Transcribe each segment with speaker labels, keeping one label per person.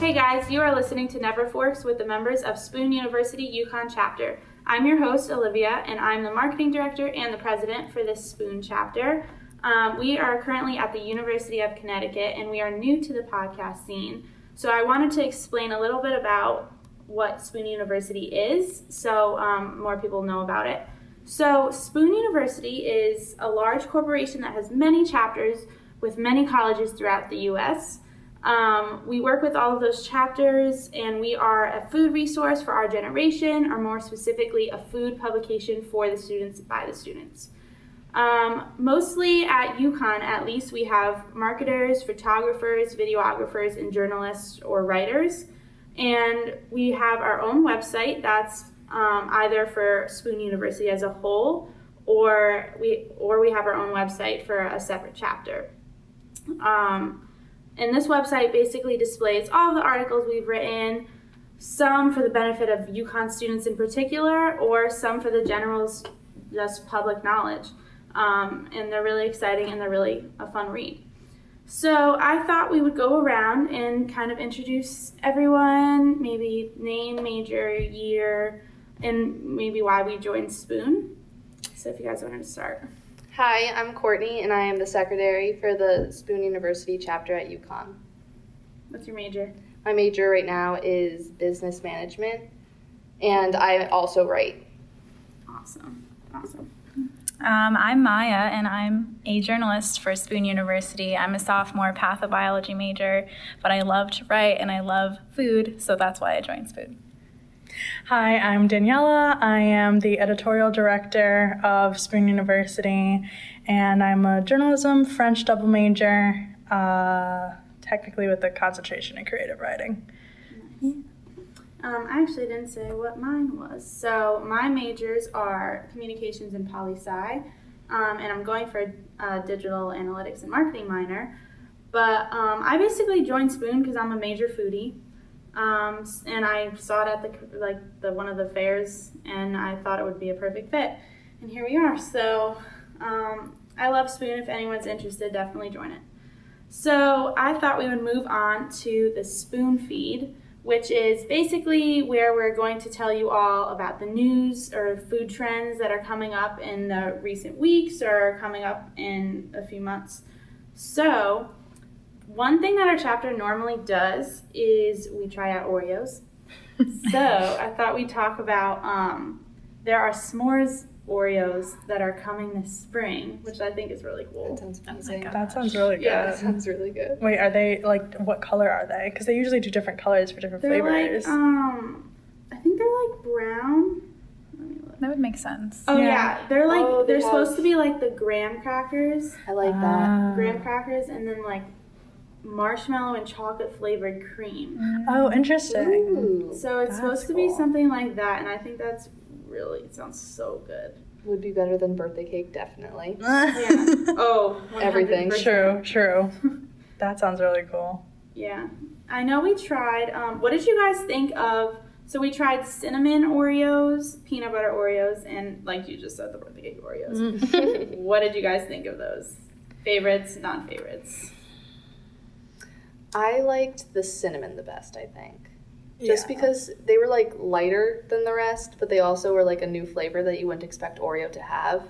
Speaker 1: guys, you are listening to Never Forks with the members of Spoon University Yukon chapter. I'm your host, Olivia, and I'm the marketing director and the president for this Spoon chapter. Um, we are currently at the University of Connecticut and we are new to the podcast scene. So, I wanted to explain a little bit about what Spoon University is so um, more people know about it. So, Spoon University is a large corporation that has many chapters with many colleges throughout the US. Um, we work with all of those chapters, and we are a food resource for our generation, or more specifically, a food publication for the students by the students. Um, mostly at UConn, at least, we have marketers, photographers, videographers, and journalists or writers. And we have our own website that's um, either for Spoon University as a whole, or we or we have our own website for a separate chapter. Um, and this website basically displays all the articles we've written, some for the benefit of UConn students in particular, or some for the general, s- just public knowledge. Um, and they're really exciting and they're really a fun read. So I thought we would go around and kind of introduce everyone, maybe name, major, year, and maybe why we joined Spoon. So if you guys wanted to start.
Speaker 2: Hi, I'm Courtney, and I am the secretary for the Spoon University chapter at UConn.
Speaker 1: What's your major?
Speaker 2: My major right now is business management, and I also write.
Speaker 1: Awesome. Awesome.
Speaker 3: Um, I'm Maya, and I'm a journalist for Spoon University. I'm a sophomore pathobiology major, but I love to write and I love food, so that's why I joined Spoon.
Speaker 4: Hi, I'm Daniela. I am the editorial director of Spoon University, and I'm a journalism French double major, uh, technically with a concentration in creative writing.
Speaker 1: Um, I actually didn't say what mine was. So my majors are communications and poli sci, um, and I'm going for uh, digital analytics and marketing minor. But um, I basically joined Spoon because I'm a major foodie, um, s- and I saw it at the like the one of the fairs, and I thought it would be a perfect fit. And here we are. So um, I love Spoon. If anyone's interested, definitely join it. So I thought we would move on to the spoon feed, which is basically where we're going to tell you all about the news or food trends that are coming up in the recent weeks or coming up in a few months. So one thing that our chapter normally does is we try out Oreos. so I thought we'd talk about um, there are s'mores Oreos that are coming this spring, which I think is really cool.
Speaker 2: That sounds amazing.
Speaker 3: God.
Speaker 4: That sounds really good.
Speaker 2: yeah, that sounds really good.
Speaker 4: Wait, are they like what color are they? Because they usually do different colors for different
Speaker 1: They're
Speaker 4: flavors.
Speaker 1: like um, I think they're like brown. Let me look.
Speaker 3: That would make sense.
Speaker 1: Oh yeah,
Speaker 4: Yeah.
Speaker 1: they're like
Speaker 2: Oh, they
Speaker 1: they're
Speaker 2: have-
Speaker 1: supposed to be like the graham crackers,
Speaker 4: Uh-huh.
Speaker 2: I
Speaker 4: Uh,
Speaker 2: like that.
Speaker 1: graham crackers, and then like marshmallow and chocolate flavored cream.
Speaker 4: Oh, interesting.
Speaker 2: Ooh,
Speaker 1: So it's
Speaker 4: That's
Speaker 1: supposed to be
Speaker 4: cool.
Speaker 1: something like that, and I think that's really it sounds so good.
Speaker 2: would be better than birthday cake, definitely.
Speaker 1: Yeah. Oh, 100%.
Speaker 2: Everything.
Speaker 4: True, true. That sounds really cool.
Speaker 1: Yeah, I know we tried. Um, what did you guys think of? So we tried cinnamon Oreos, peanut butter Oreos, and like you just said, the birthday cake Oreos.
Speaker 4: Mm.
Speaker 1: What did you guys think of those? Favorites, non favorites.
Speaker 2: I liked the cinnamon the best, I think. Just because they were like lighter than the rest, but they also were like a new flavor that you wouldn't expect Oreo to have.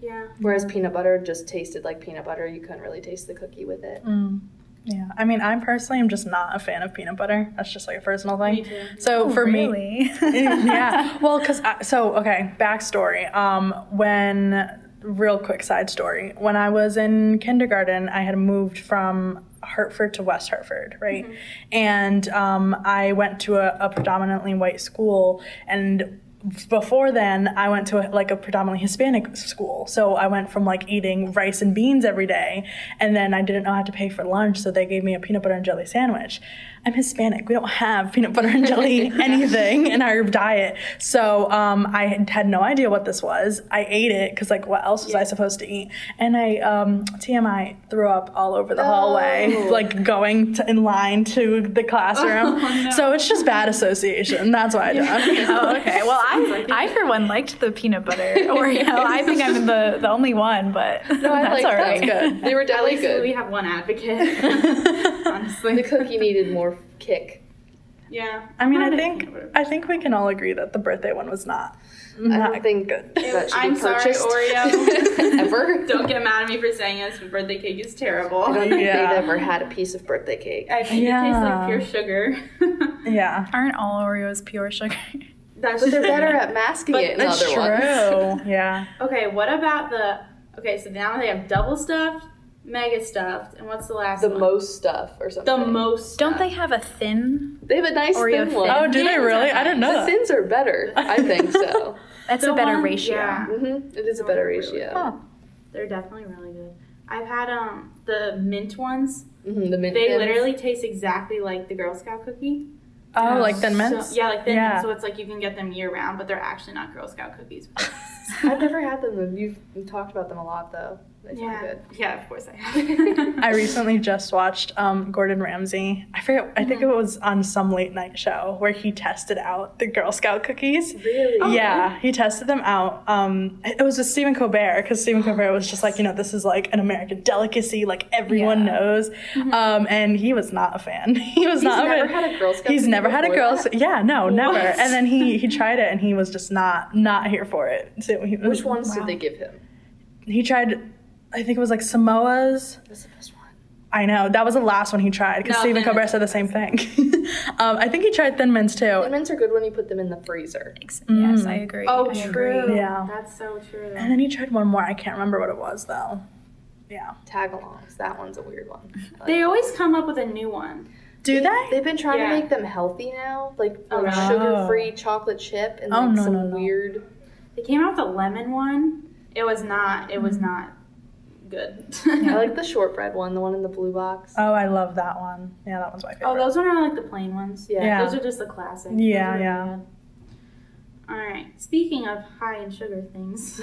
Speaker 1: Yeah.
Speaker 2: Whereas peanut butter just tasted like peanut butter. You couldn't really taste the cookie with it.
Speaker 4: Mm. Yeah, I mean, I personally am just not a fan of peanut butter. That's just like a personal thing.
Speaker 1: Me too.
Speaker 4: So for me,
Speaker 3: Oh, really?
Speaker 4: yeah. Well, because so okay, backstory. Um, when real quick side story. When I was in kindergarten, I had moved from Hartford to West Hartford, right?
Speaker 1: Mm-hmm.
Speaker 4: And um, I went to a, a predominantly white school, and before then i went to a, like a predominantly hispanic school so i went from like eating rice and beans every day and then i didn't know how to pay for lunch so they gave me a peanut butter and jelly sandwich i'm hispanic we don't have peanut butter and jelly anything in our diet so um, i had had no idea what this was i ate it because like what else was i supposed to eat and i um, tmi threw up all over the
Speaker 3: Oh.
Speaker 4: hallway like going to, in line to the classroom so it's just bad association that's why i don't
Speaker 3: oh, okay. Well, I, I for one liked the peanut butter Oreo. I think I'm the, the only one, but that's
Speaker 2: like
Speaker 3: all
Speaker 2: that.
Speaker 3: right.
Speaker 2: good. They were
Speaker 1: At
Speaker 2: definitely
Speaker 1: least we
Speaker 2: good.
Speaker 1: have one advocate. Honestly.
Speaker 2: The cookie needed more kick.
Speaker 1: Yeah.
Speaker 4: I mean,
Speaker 1: I'm
Speaker 4: I
Speaker 1: a
Speaker 4: think
Speaker 1: peanut butter
Speaker 4: I think we can all agree that the birthday one was not.
Speaker 2: Mm-hmm. I
Speaker 4: not
Speaker 2: don't think
Speaker 1: Ew,
Speaker 2: that should
Speaker 1: I'm
Speaker 2: be
Speaker 1: sorry,
Speaker 2: purchased
Speaker 1: Oreo.
Speaker 2: ever.
Speaker 1: Don't get mad at me for saying this, but birthday cake is
Speaker 2: I
Speaker 1: terrible.
Speaker 2: don't think
Speaker 4: Yeah.
Speaker 2: they've ever had a piece of birthday cake.
Speaker 1: I think
Speaker 4: Yeah.
Speaker 1: it tastes like pure sugar.
Speaker 4: Yeah,
Speaker 3: Aren't all Oreos pure sugar?
Speaker 1: That's
Speaker 2: But they're
Speaker 1: just-
Speaker 2: better at masking
Speaker 4: But
Speaker 2: it in
Speaker 4: that's
Speaker 2: other ones.
Speaker 4: true. yeah,
Speaker 1: Okay, what about the? Okay, so now they have double stuffed, mega stuffed, and what's the last
Speaker 2: The
Speaker 1: one?
Speaker 2: most stuff or something.
Speaker 1: The most.
Speaker 3: Don't they
Speaker 1: stuffed.
Speaker 3: have a thin?
Speaker 2: They have a nice
Speaker 3: Oreo
Speaker 2: thin
Speaker 3: thin.
Speaker 2: one.
Speaker 4: Oh, do they
Speaker 3: Yeah,
Speaker 4: really? I didn't know
Speaker 2: the
Speaker 4: that.
Speaker 2: thins are better. I think so.
Speaker 3: That's
Speaker 1: The
Speaker 3: a better
Speaker 1: one-
Speaker 3: ratio.
Speaker 1: yeah.
Speaker 2: hmm It is a better
Speaker 1: Really?
Speaker 2: ratio.
Speaker 4: Huh.
Speaker 1: They're definitely really good. I've had um the mint ones.
Speaker 2: hmm The mint
Speaker 1: They
Speaker 2: thins.
Speaker 1: literally taste exactly like the Girl Scout cookie.
Speaker 4: Oh, like
Speaker 1: So-
Speaker 4: thin mints.
Speaker 1: yeah, like thin
Speaker 4: Yeah.
Speaker 1: mints. So it's like you can get them year round, but they're actually not Girl Scout cookies.
Speaker 2: I've never had them. You've you've talked about them a lot, though. They sound
Speaker 1: yeah.
Speaker 2: good.
Speaker 1: Yeah, of course I have.
Speaker 4: I recently just watched um, Gordon Ramsay. I forget. I think it was on some late night show where he tested out the Girl Scout cookies.
Speaker 2: Oh, Really?
Speaker 4: Yeah, he tested them out. Um, it was with Stephen Colbert because Stephen
Speaker 2: Oh,
Speaker 4: Colbert was just like, you know, this is like an American delicacy, like everyone
Speaker 3: Yeah.
Speaker 4: knows. Um, and he was not a fan. He was
Speaker 2: Mm-hmm. He's
Speaker 4: not.
Speaker 2: never
Speaker 4: a fan.
Speaker 2: had a Girl Scout
Speaker 4: He's
Speaker 2: cookie
Speaker 4: never had a
Speaker 2: before
Speaker 4: Girl.
Speaker 2: that?
Speaker 4: Sc- yeah, no, never.
Speaker 1: What?
Speaker 4: And then he he tried it and he was just not not here for it. So he was-
Speaker 2: Which ones
Speaker 3: Wow.
Speaker 2: did they give him?
Speaker 4: He tried. I think it was like Samoa's.
Speaker 2: That's the best one.
Speaker 4: I know that was the last one he tried because
Speaker 1: No,
Speaker 4: Stephen
Speaker 1: Thin
Speaker 4: Colbert
Speaker 1: Mints.
Speaker 4: said the same thing. um, I think he tried Thin Mints
Speaker 2: The
Speaker 4: too.
Speaker 2: mints are good when you put them in the freezer.
Speaker 3: Ex-
Speaker 4: Mm.
Speaker 3: Yes, I agree.
Speaker 1: oh,
Speaker 3: I
Speaker 1: true.
Speaker 3: agree.
Speaker 4: Yeah.
Speaker 1: That's so true.
Speaker 4: And then he tried one more. I can't remember what it was though. Yeah.
Speaker 2: Tagalongs. That one's a weird one. I like
Speaker 1: They
Speaker 2: that.
Speaker 1: always come up with a new one.
Speaker 4: Do they?
Speaker 2: They've been trying
Speaker 1: Yeah.
Speaker 2: to make them healthy now, like,
Speaker 1: Oh,
Speaker 2: like
Speaker 1: really?
Speaker 2: sugar-free chocolate chip and
Speaker 4: Oh,
Speaker 2: like
Speaker 4: no,
Speaker 2: some
Speaker 4: no, no.
Speaker 2: weird.
Speaker 1: They came out with a lemon one. It was not. It
Speaker 4: Mm-hmm.
Speaker 1: was not good.
Speaker 2: I like the shortbread one, the one in the blue box.
Speaker 4: Oh, I love that one. Yeah, that one's my favorite.
Speaker 1: oh, those one are like the plain ones.
Speaker 2: yeah.
Speaker 4: Yeah.
Speaker 1: Those are just the classic.
Speaker 4: Yeah,
Speaker 1: Those are
Speaker 4: yeah.
Speaker 1: really good. All right. Speaking of high in sugar things,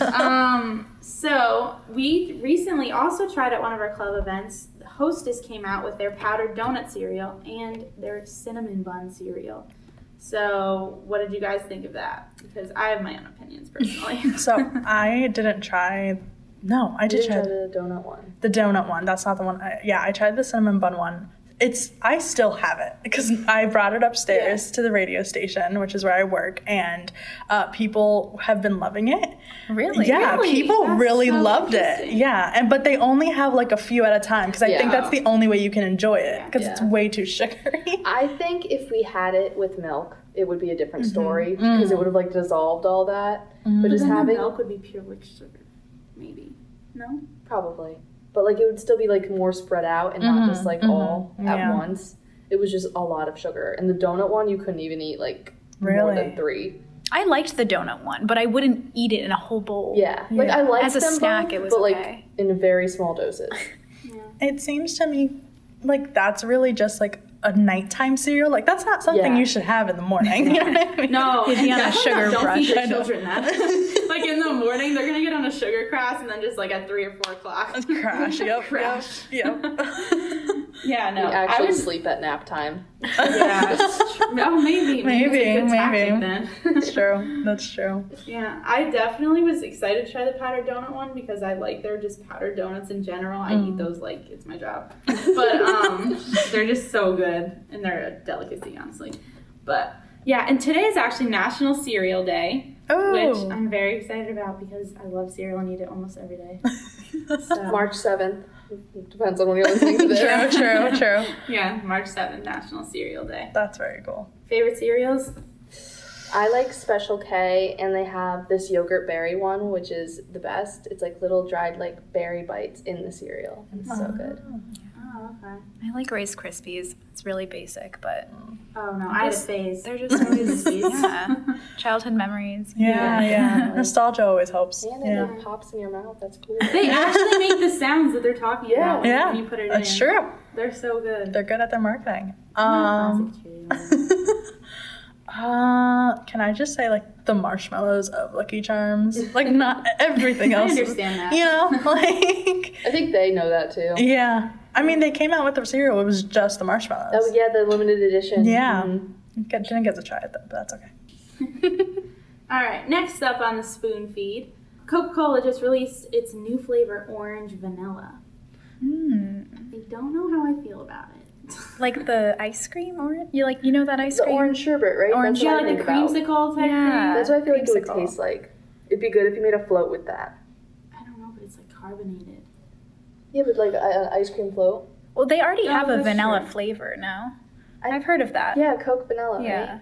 Speaker 1: um, so we recently also tried at one of our club events. The hostess came out with their powdered donut cereal and their cinnamon bun cereal. So, what did you guys think of that? Because I have my own opinions personally.
Speaker 4: so I didn't try. No, I
Speaker 2: I
Speaker 4: did
Speaker 2: did
Speaker 4: try
Speaker 2: try the donut one.
Speaker 4: the donut one. That's not the one. I, yeah, I tried the cinnamon bun one. It's I still have it because I brought it upstairs to the radio station, which is where I work, and uh, people have been loving it.
Speaker 3: Really?
Speaker 4: yeah,
Speaker 1: Really?
Speaker 4: people
Speaker 1: That's
Speaker 4: really
Speaker 1: so
Speaker 4: loved it.
Speaker 1: interesting.
Speaker 4: Yeah, and but they only have like a few at a time because I think
Speaker 2: Yeah.
Speaker 4: that's the only way you can enjoy it because it's
Speaker 2: Yeah.
Speaker 4: way too sugary.
Speaker 2: I think if we had it with milk, it would be a different
Speaker 4: Mm-hmm.
Speaker 2: story because it would have like dissolved all that. But
Speaker 1: But
Speaker 2: just
Speaker 1: then the
Speaker 2: having
Speaker 1: milk would be pure with sugar, maybe. No.
Speaker 2: probably, but like it would still be like more spread out and not just like all at
Speaker 4: Yeah.
Speaker 2: once. It was just a lot of sugar, and the donut one you couldn't even eat like more
Speaker 4: Really?
Speaker 2: than three.
Speaker 3: I liked the donut one, but I wouldn't eat it in a whole bowl.
Speaker 2: Yeah, like I liked
Speaker 3: As a
Speaker 2: them
Speaker 3: snack,
Speaker 2: both,
Speaker 3: it was
Speaker 2: but like
Speaker 3: okay.
Speaker 2: in very small doses.
Speaker 4: It seems to me like that's really just like a nighttime cereal. Like that's not something
Speaker 2: Yeah.
Speaker 4: you should have in the morning. you know what I mean?
Speaker 1: No,
Speaker 3: You'd be on a
Speaker 1: definitely
Speaker 3: sugar
Speaker 1: don't
Speaker 3: rush.
Speaker 1: feed your
Speaker 4: I know.
Speaker 1: children that. like in the morning, they're gonna get on a sugar crash, and then just like at three or four o'clock,
Speaker 4: Crash. Yep.
Speaker 1: Crash.
Speaker 4: Yep. yep.
Speaker 1: Yeah, no,
Speaker 2: we
Speaker 1: I
Speaker 2: actually
Speaker 1: was.
Speaker 2: sleep at nap time.
Speaker 1: Yeah, oh, maybe, maybe, it's a
Speaker 4: Maybe,
Speaker 1: good
Speaker 4: maybe.
Speaker 1: tactic
Speaker 4: that's
Speaker 1: Then.
Speaker 4: true. That's true.
Speaker 1: yeah, I definitely was excited to try the powdered donut one because I like their just powdered donuts in general. I eat those like it's my job, but um, they're just so good and they're a delicacy, honestly. But yeah, and today is actually National Cereal Day. which
Speaker 4: Oh.
Speaker 1: I'm very excited about because I love cereal and eat it almost every day. So,
Speaker 2: March seventh depends on when you're listening to this.
Speaker 4: true. True. True.
Speaker 1: yeah, March 7th, National Cereal Day.
Speaker 4: That's very cool.
Speaker 1: Favorite cereals?
Speaker 2: I like Special K, and they have this yogurt berry one, which is the best. It's like little dried like berry bites in the cereal. It's so good.
Speaker 1: Oh, okay.
Speaker 3: I like Rice Krispies. It's really basic, but
Speaker 1: Oh no, I had a
Speaker 3: Those-
Speaker 1: phase.
Speaker 3: they're just always yeah. Childhood memories.
Speaker 4: Yeah. Yeah.
Speaker 2: Yeah.
Speaker 4: Nostalgia always helps.
Speaker 2: And it
Speaker 4: yeah.
Speaker 2: like, pops in your mouth. That's cool.
Speaker 1: They actually make the sounds that they're talking about
Speaker 2: Yeah.
Speaker 1: when
Speaker 4: Yeah, Uh,
Speaker 1: you put it
Speaker 4: That's
Speaker 1: in.
Speaker 4: true.
Speaker 1: They're so good.
Speaker 4: They're good at their marketing.
Speaker 1: Classic
Speaker 4: Um,
Speaker 1: Cheerios.
Speaker 4: uh, can I just say like the marshmallows of Lucky Charms? Like not everything
Speaker 1: I
Speaker 4: else. is-
Speaker 1: understand that.
Speaker 4: You know, like
Speaker 2: I think they know that too.
Speaker 4: yeah. I mean, they came out with the cereal. It was just the marshmallows.
Speaker 2: Oh yeah, the limited edition.
Speaker 4: Yeah.
Speaker 2: Mhm.
Speaker 4: Get- Didn't get to try it though, but that's okay.
Speaker 1: All right, next up on the spoon feed, Coca-Cola just released its new flavor, orange vanilla.
Speaker 3: Mm.
Speaker 1: I don't know how I feel about it.
Speaker 3: like the ice cream or you like you know that ice
Speaker 2: The
Speaker 3: cream.
Speaker 2: orange sherbet, right?
Speaker 3: Orange-
Speaker 2: That's what
Speaker 1: Yeah,
Speaker 2: I
Speaker 1: like
Speaker 2: think
Speaker 1: the
Speaker 2: about.
Speaker 1: creamsicle type
Speaker 3: Yeah.
Speaker 1: thing.
Speaker 2: That's what I feel like it would
Speaker 3: Creamsicle.
Speaker 2: taste like. It'd be good if you made a float with that.
Speaker 1: I don't know, but it's like carbonated.
Speaker 2: Yeah, but like a- an ice cream float.
Speaker 3: Well, they already
Speaker 1: Oh,
Speaker 3: have a
Speaker 1: that's
Speaker 3: vanilla
Speaker 1: true.
Speaker 3: flavor now.
Speaker 2: I-
Speaker 3: I've heard of that.
Speaker 2: Yeah, Coke vanilla.
Speaker 3: Yeah.
Speaker 2: Right?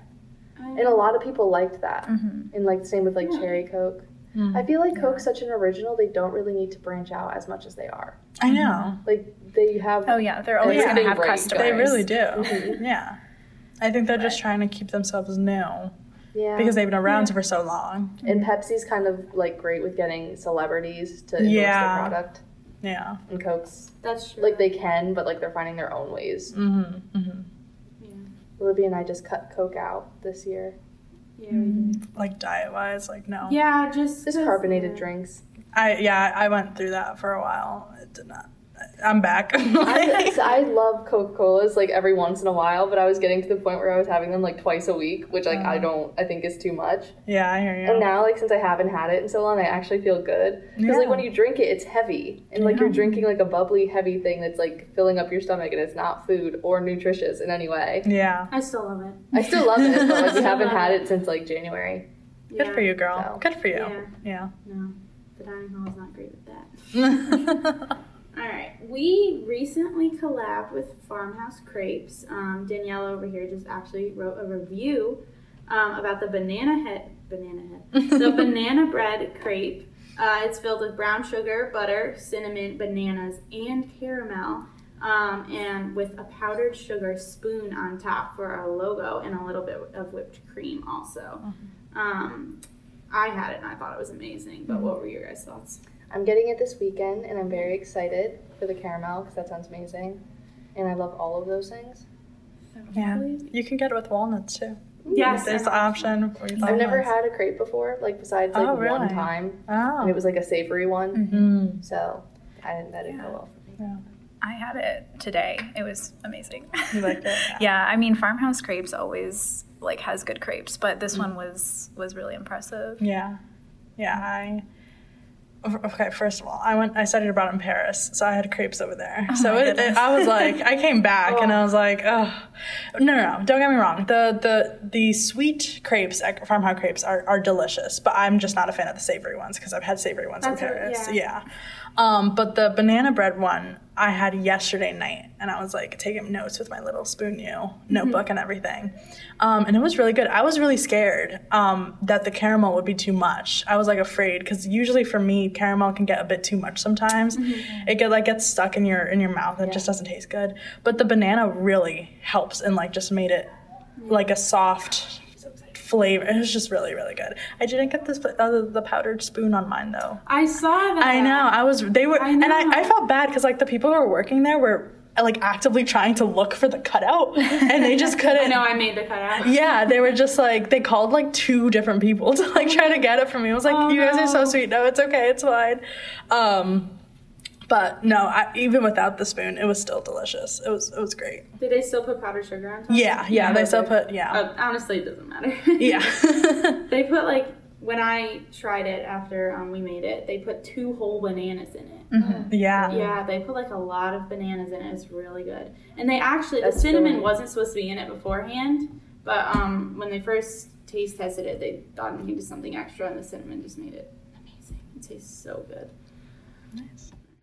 Speaker 1: I
Speaker 2: And a lot of people liked that.
Speaker 3: hmm
Speaker 2: And like same with like
Speaker 1: Yeah.
Speaker 2: cherry Coke.
Speaker 4: Mm.
Speaker 2: Hmm. I feel like Coke's such an original. They don't really need to branch out as much as they are.
Speaker 4: I know.
Speaker 2: Like they have.
Speaker 3: Oh yeah, they're always
Speaker 4: Yeah.
Speaker 3: going to have
Speaker 2: Right,
Speaker 3: customers.
Speaker 4: They really do.
Speaker 2: Mhm.
Speaker 4: Yeah. I think they're just trying to keep themselves new
Speaker 2: yeah.
Speaker 4: because they've been around for so long.
Speaker 2: and Pepsi's kind of like great with getting celebrities to endorse
Speaker 4: Yeah.
Speaker 2: their product.
Speaker 4: Yeah.
Speaker 2: And Coke's
Speaker 1: That's true.
Speaker 2: like they can, but like they're finding their own ways.
Speaker 4: Mm-hmm. Mm-hmm.
Speaker 1: yeah.
Speaker 2: Libby and I just cut Coke out this year.
Speaker 1: Yeah, we
Speaker 3: Mm.
Speaker 1: did.
Speaker 4: Like diet wise, like no.
Speaker 1: yeah, just
Speaker 2: Just
Speaker 1: 'cause-
Speaker 2: carbonated
Speaker 1: yeah.
Speaker 2: drinks.
Speaker 4: I yeah, I went through that for a while. It did not. I'm back.
Speaker 2: I, so I love Coca Colas like every once in a while, but I was getting to the point where I was having them like twice a week, which like I don't, I think is too much.
Speaker 4: Mm. yeah, I hear you.
Speaker 2: And now, like since I haven't had it in so long, I actually feel good because
Speaker 4: Yeah.
Speaker 2: like when you drink it, it's heavy, and like you're
Speaker 4: Yeah.
Speaker 2: drinking like a bubbly, heavy thing that's like filling up your stomach, and it's not food or nutritious in any way.
Speaker 4: yeah.
Speaker 1: I still love it.
Speaker 2: I still love it, but like we
Speaker 1: Still
Speaker 2: haven't
Speaker 1: love
Speaker 2: had
Speaker 1: it.
Speaker 2: it since like January.
Speaker 1: Yeah.
Speaker 4: Good for you, girl.
Speaker 2: So,
Speaker 4: Good for you.
Speaker 1: yeah.
Speaker 4: Yeah.
Speaker 1: No, the dining hall is not great with that.
Speaker 4: mm-hmm.
Speaker 1: All right, we recently collabed with Farmhouse Crepes. Um, Danielle over here just actually wrote a review um, about the banana head, banana head, the banana bread crepe. Uh, it's filled with brown sugar, butter, cinnamon, bananas, and caramel, um, and with a powdered sugar spoon on top for our logo and a little bit of whipped cream also. Um, I had it and I thought it was amazing, but what were your guys' thoughts?
Speaker 2: I'm getting it this weekend, and I'm very excited for the caramel because that sounds amazing, and I love all of those things.
Speaker 4: Yeah. You can get it with walnuts too.
Speaker 1: Yes,
Speaker 4: There's
Speaker 1: and-
Speaker 4: the option for your
Speaker 2: I've never
Speaker 4: walnuts.
Speaker 2: had a crepe before, like besides like
Speaker 4: Oh,
Speaker 2: one
Speaker 4: really?
Speaker 2: time, and
Speaker 4: Oh.
Speaker 2: it was like a savory one.
Speaker 3: Mm-hmm.
Speaker 4: Mm.
Speaker 2: So I didn't that didn't go well for me.
Speaker 3: I had it today. It was amazing.
Speaker 4: You liked it?
Speaker 3: yeah, I mean, farmhouse crepes always like has good crepes, but this one was was really impressive.
Speaker 4: Yeah. Yeah, I okay, first of all, I went I studied abroad in Paris, so I had crepes over there. so
Speaker 3: my
Speaker 4: it, it- I was like I came back and
Speaker 1: Oh.
Speaker 4: I was like, oh no, no, no, don't get me wrong. The the the sweet crepes at farmhouse crepes are, are delicious, but I'm just not a fan of the savory ones because I've had savory ones
Speaker 1: That's
Speaker 4: in
Speaker 1: what-
Speaker 4: Paris.
Speaker 1: yeah.
Speaker 4: yeah. Yeah. Um, but the banana bread one I had yesterday night, and I was like taking notes with my little spoon you notebook and everything. Um, and it was really good. I was really scared um, that the caramel would be too much. I was like afraid because usually for me, caramel can get a bit too much sometimes. It get like gets stuck in your in your mouth and it just doesn't taste good. But the banana really helps and like just made it like a soft flavor. It was just really really good. I didn't get this uh, the powdered spoon on mine though.
Speaker 1: I saw that.
Speaker 4: I know. I was. They were,
Speaker 1: I
Speaker 4: and
Speaker 1: know.
Speaker 4: I, I felt bad because like the people who were working there were like actively trying to look for the cutout, and they just
Speaker 1: I
Speaker 4: couldn't.
Speaker 1: know I made the cutout.
Speaker 4: Yeah, they were just like they called like two different people to like try to get it from me. I was like,
Speaker 1: Oh,
Speaker 4: "You guys are
Speaker 1: no.
Speaker 4: so sweet. No, it's okay. It's fine." Um, but no, I, even without the spoon, it was still delicious. It was it was great.
Speaker 1: Did they still put powdered sugar on top?
Speaker 4: Yeah, yeah. they still put yeah,
Speaker 1: Uh, honestly, it doesn't matter.
Speaker 4: yeah.
Speaker 1: they put like when I tried it after um, we made it, they put two whole bananas in it.
Speaker 4: yeah,
Speaker 1: Yeah, they put like a lot of bananas in it. It's really good. And they actually the
Speaker 2: That's so
Speaker 1: cinnamon
Speaker 2: nice.
Speaker 1: wasn't supposed to be in it beforehand, but um, when they first taste tested it, they thought it needed something extra, and the cinnamon just made it amazing. It tastes so good.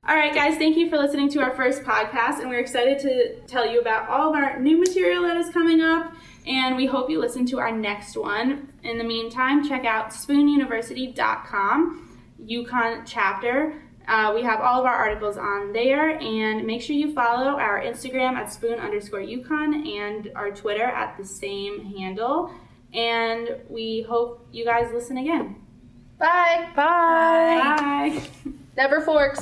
Speaker 1: All right, guys, thank you for listening to our first podcast, and we're excited to tell you about all of our new material that is coming up. And we hope you listen to our next one. In the meantime, check out spoonuniversity.com, UConn chapter. Uh, we have all of our articles on there, and make sure you follow our Instagram at spoon underscore UConn and our Twitter at the same handle. And we hope you guys listen again.
Speaker 2: Bye.
Speaker 4: Bye.
Speaker 1: Bye.
Speaker 2: Never forks.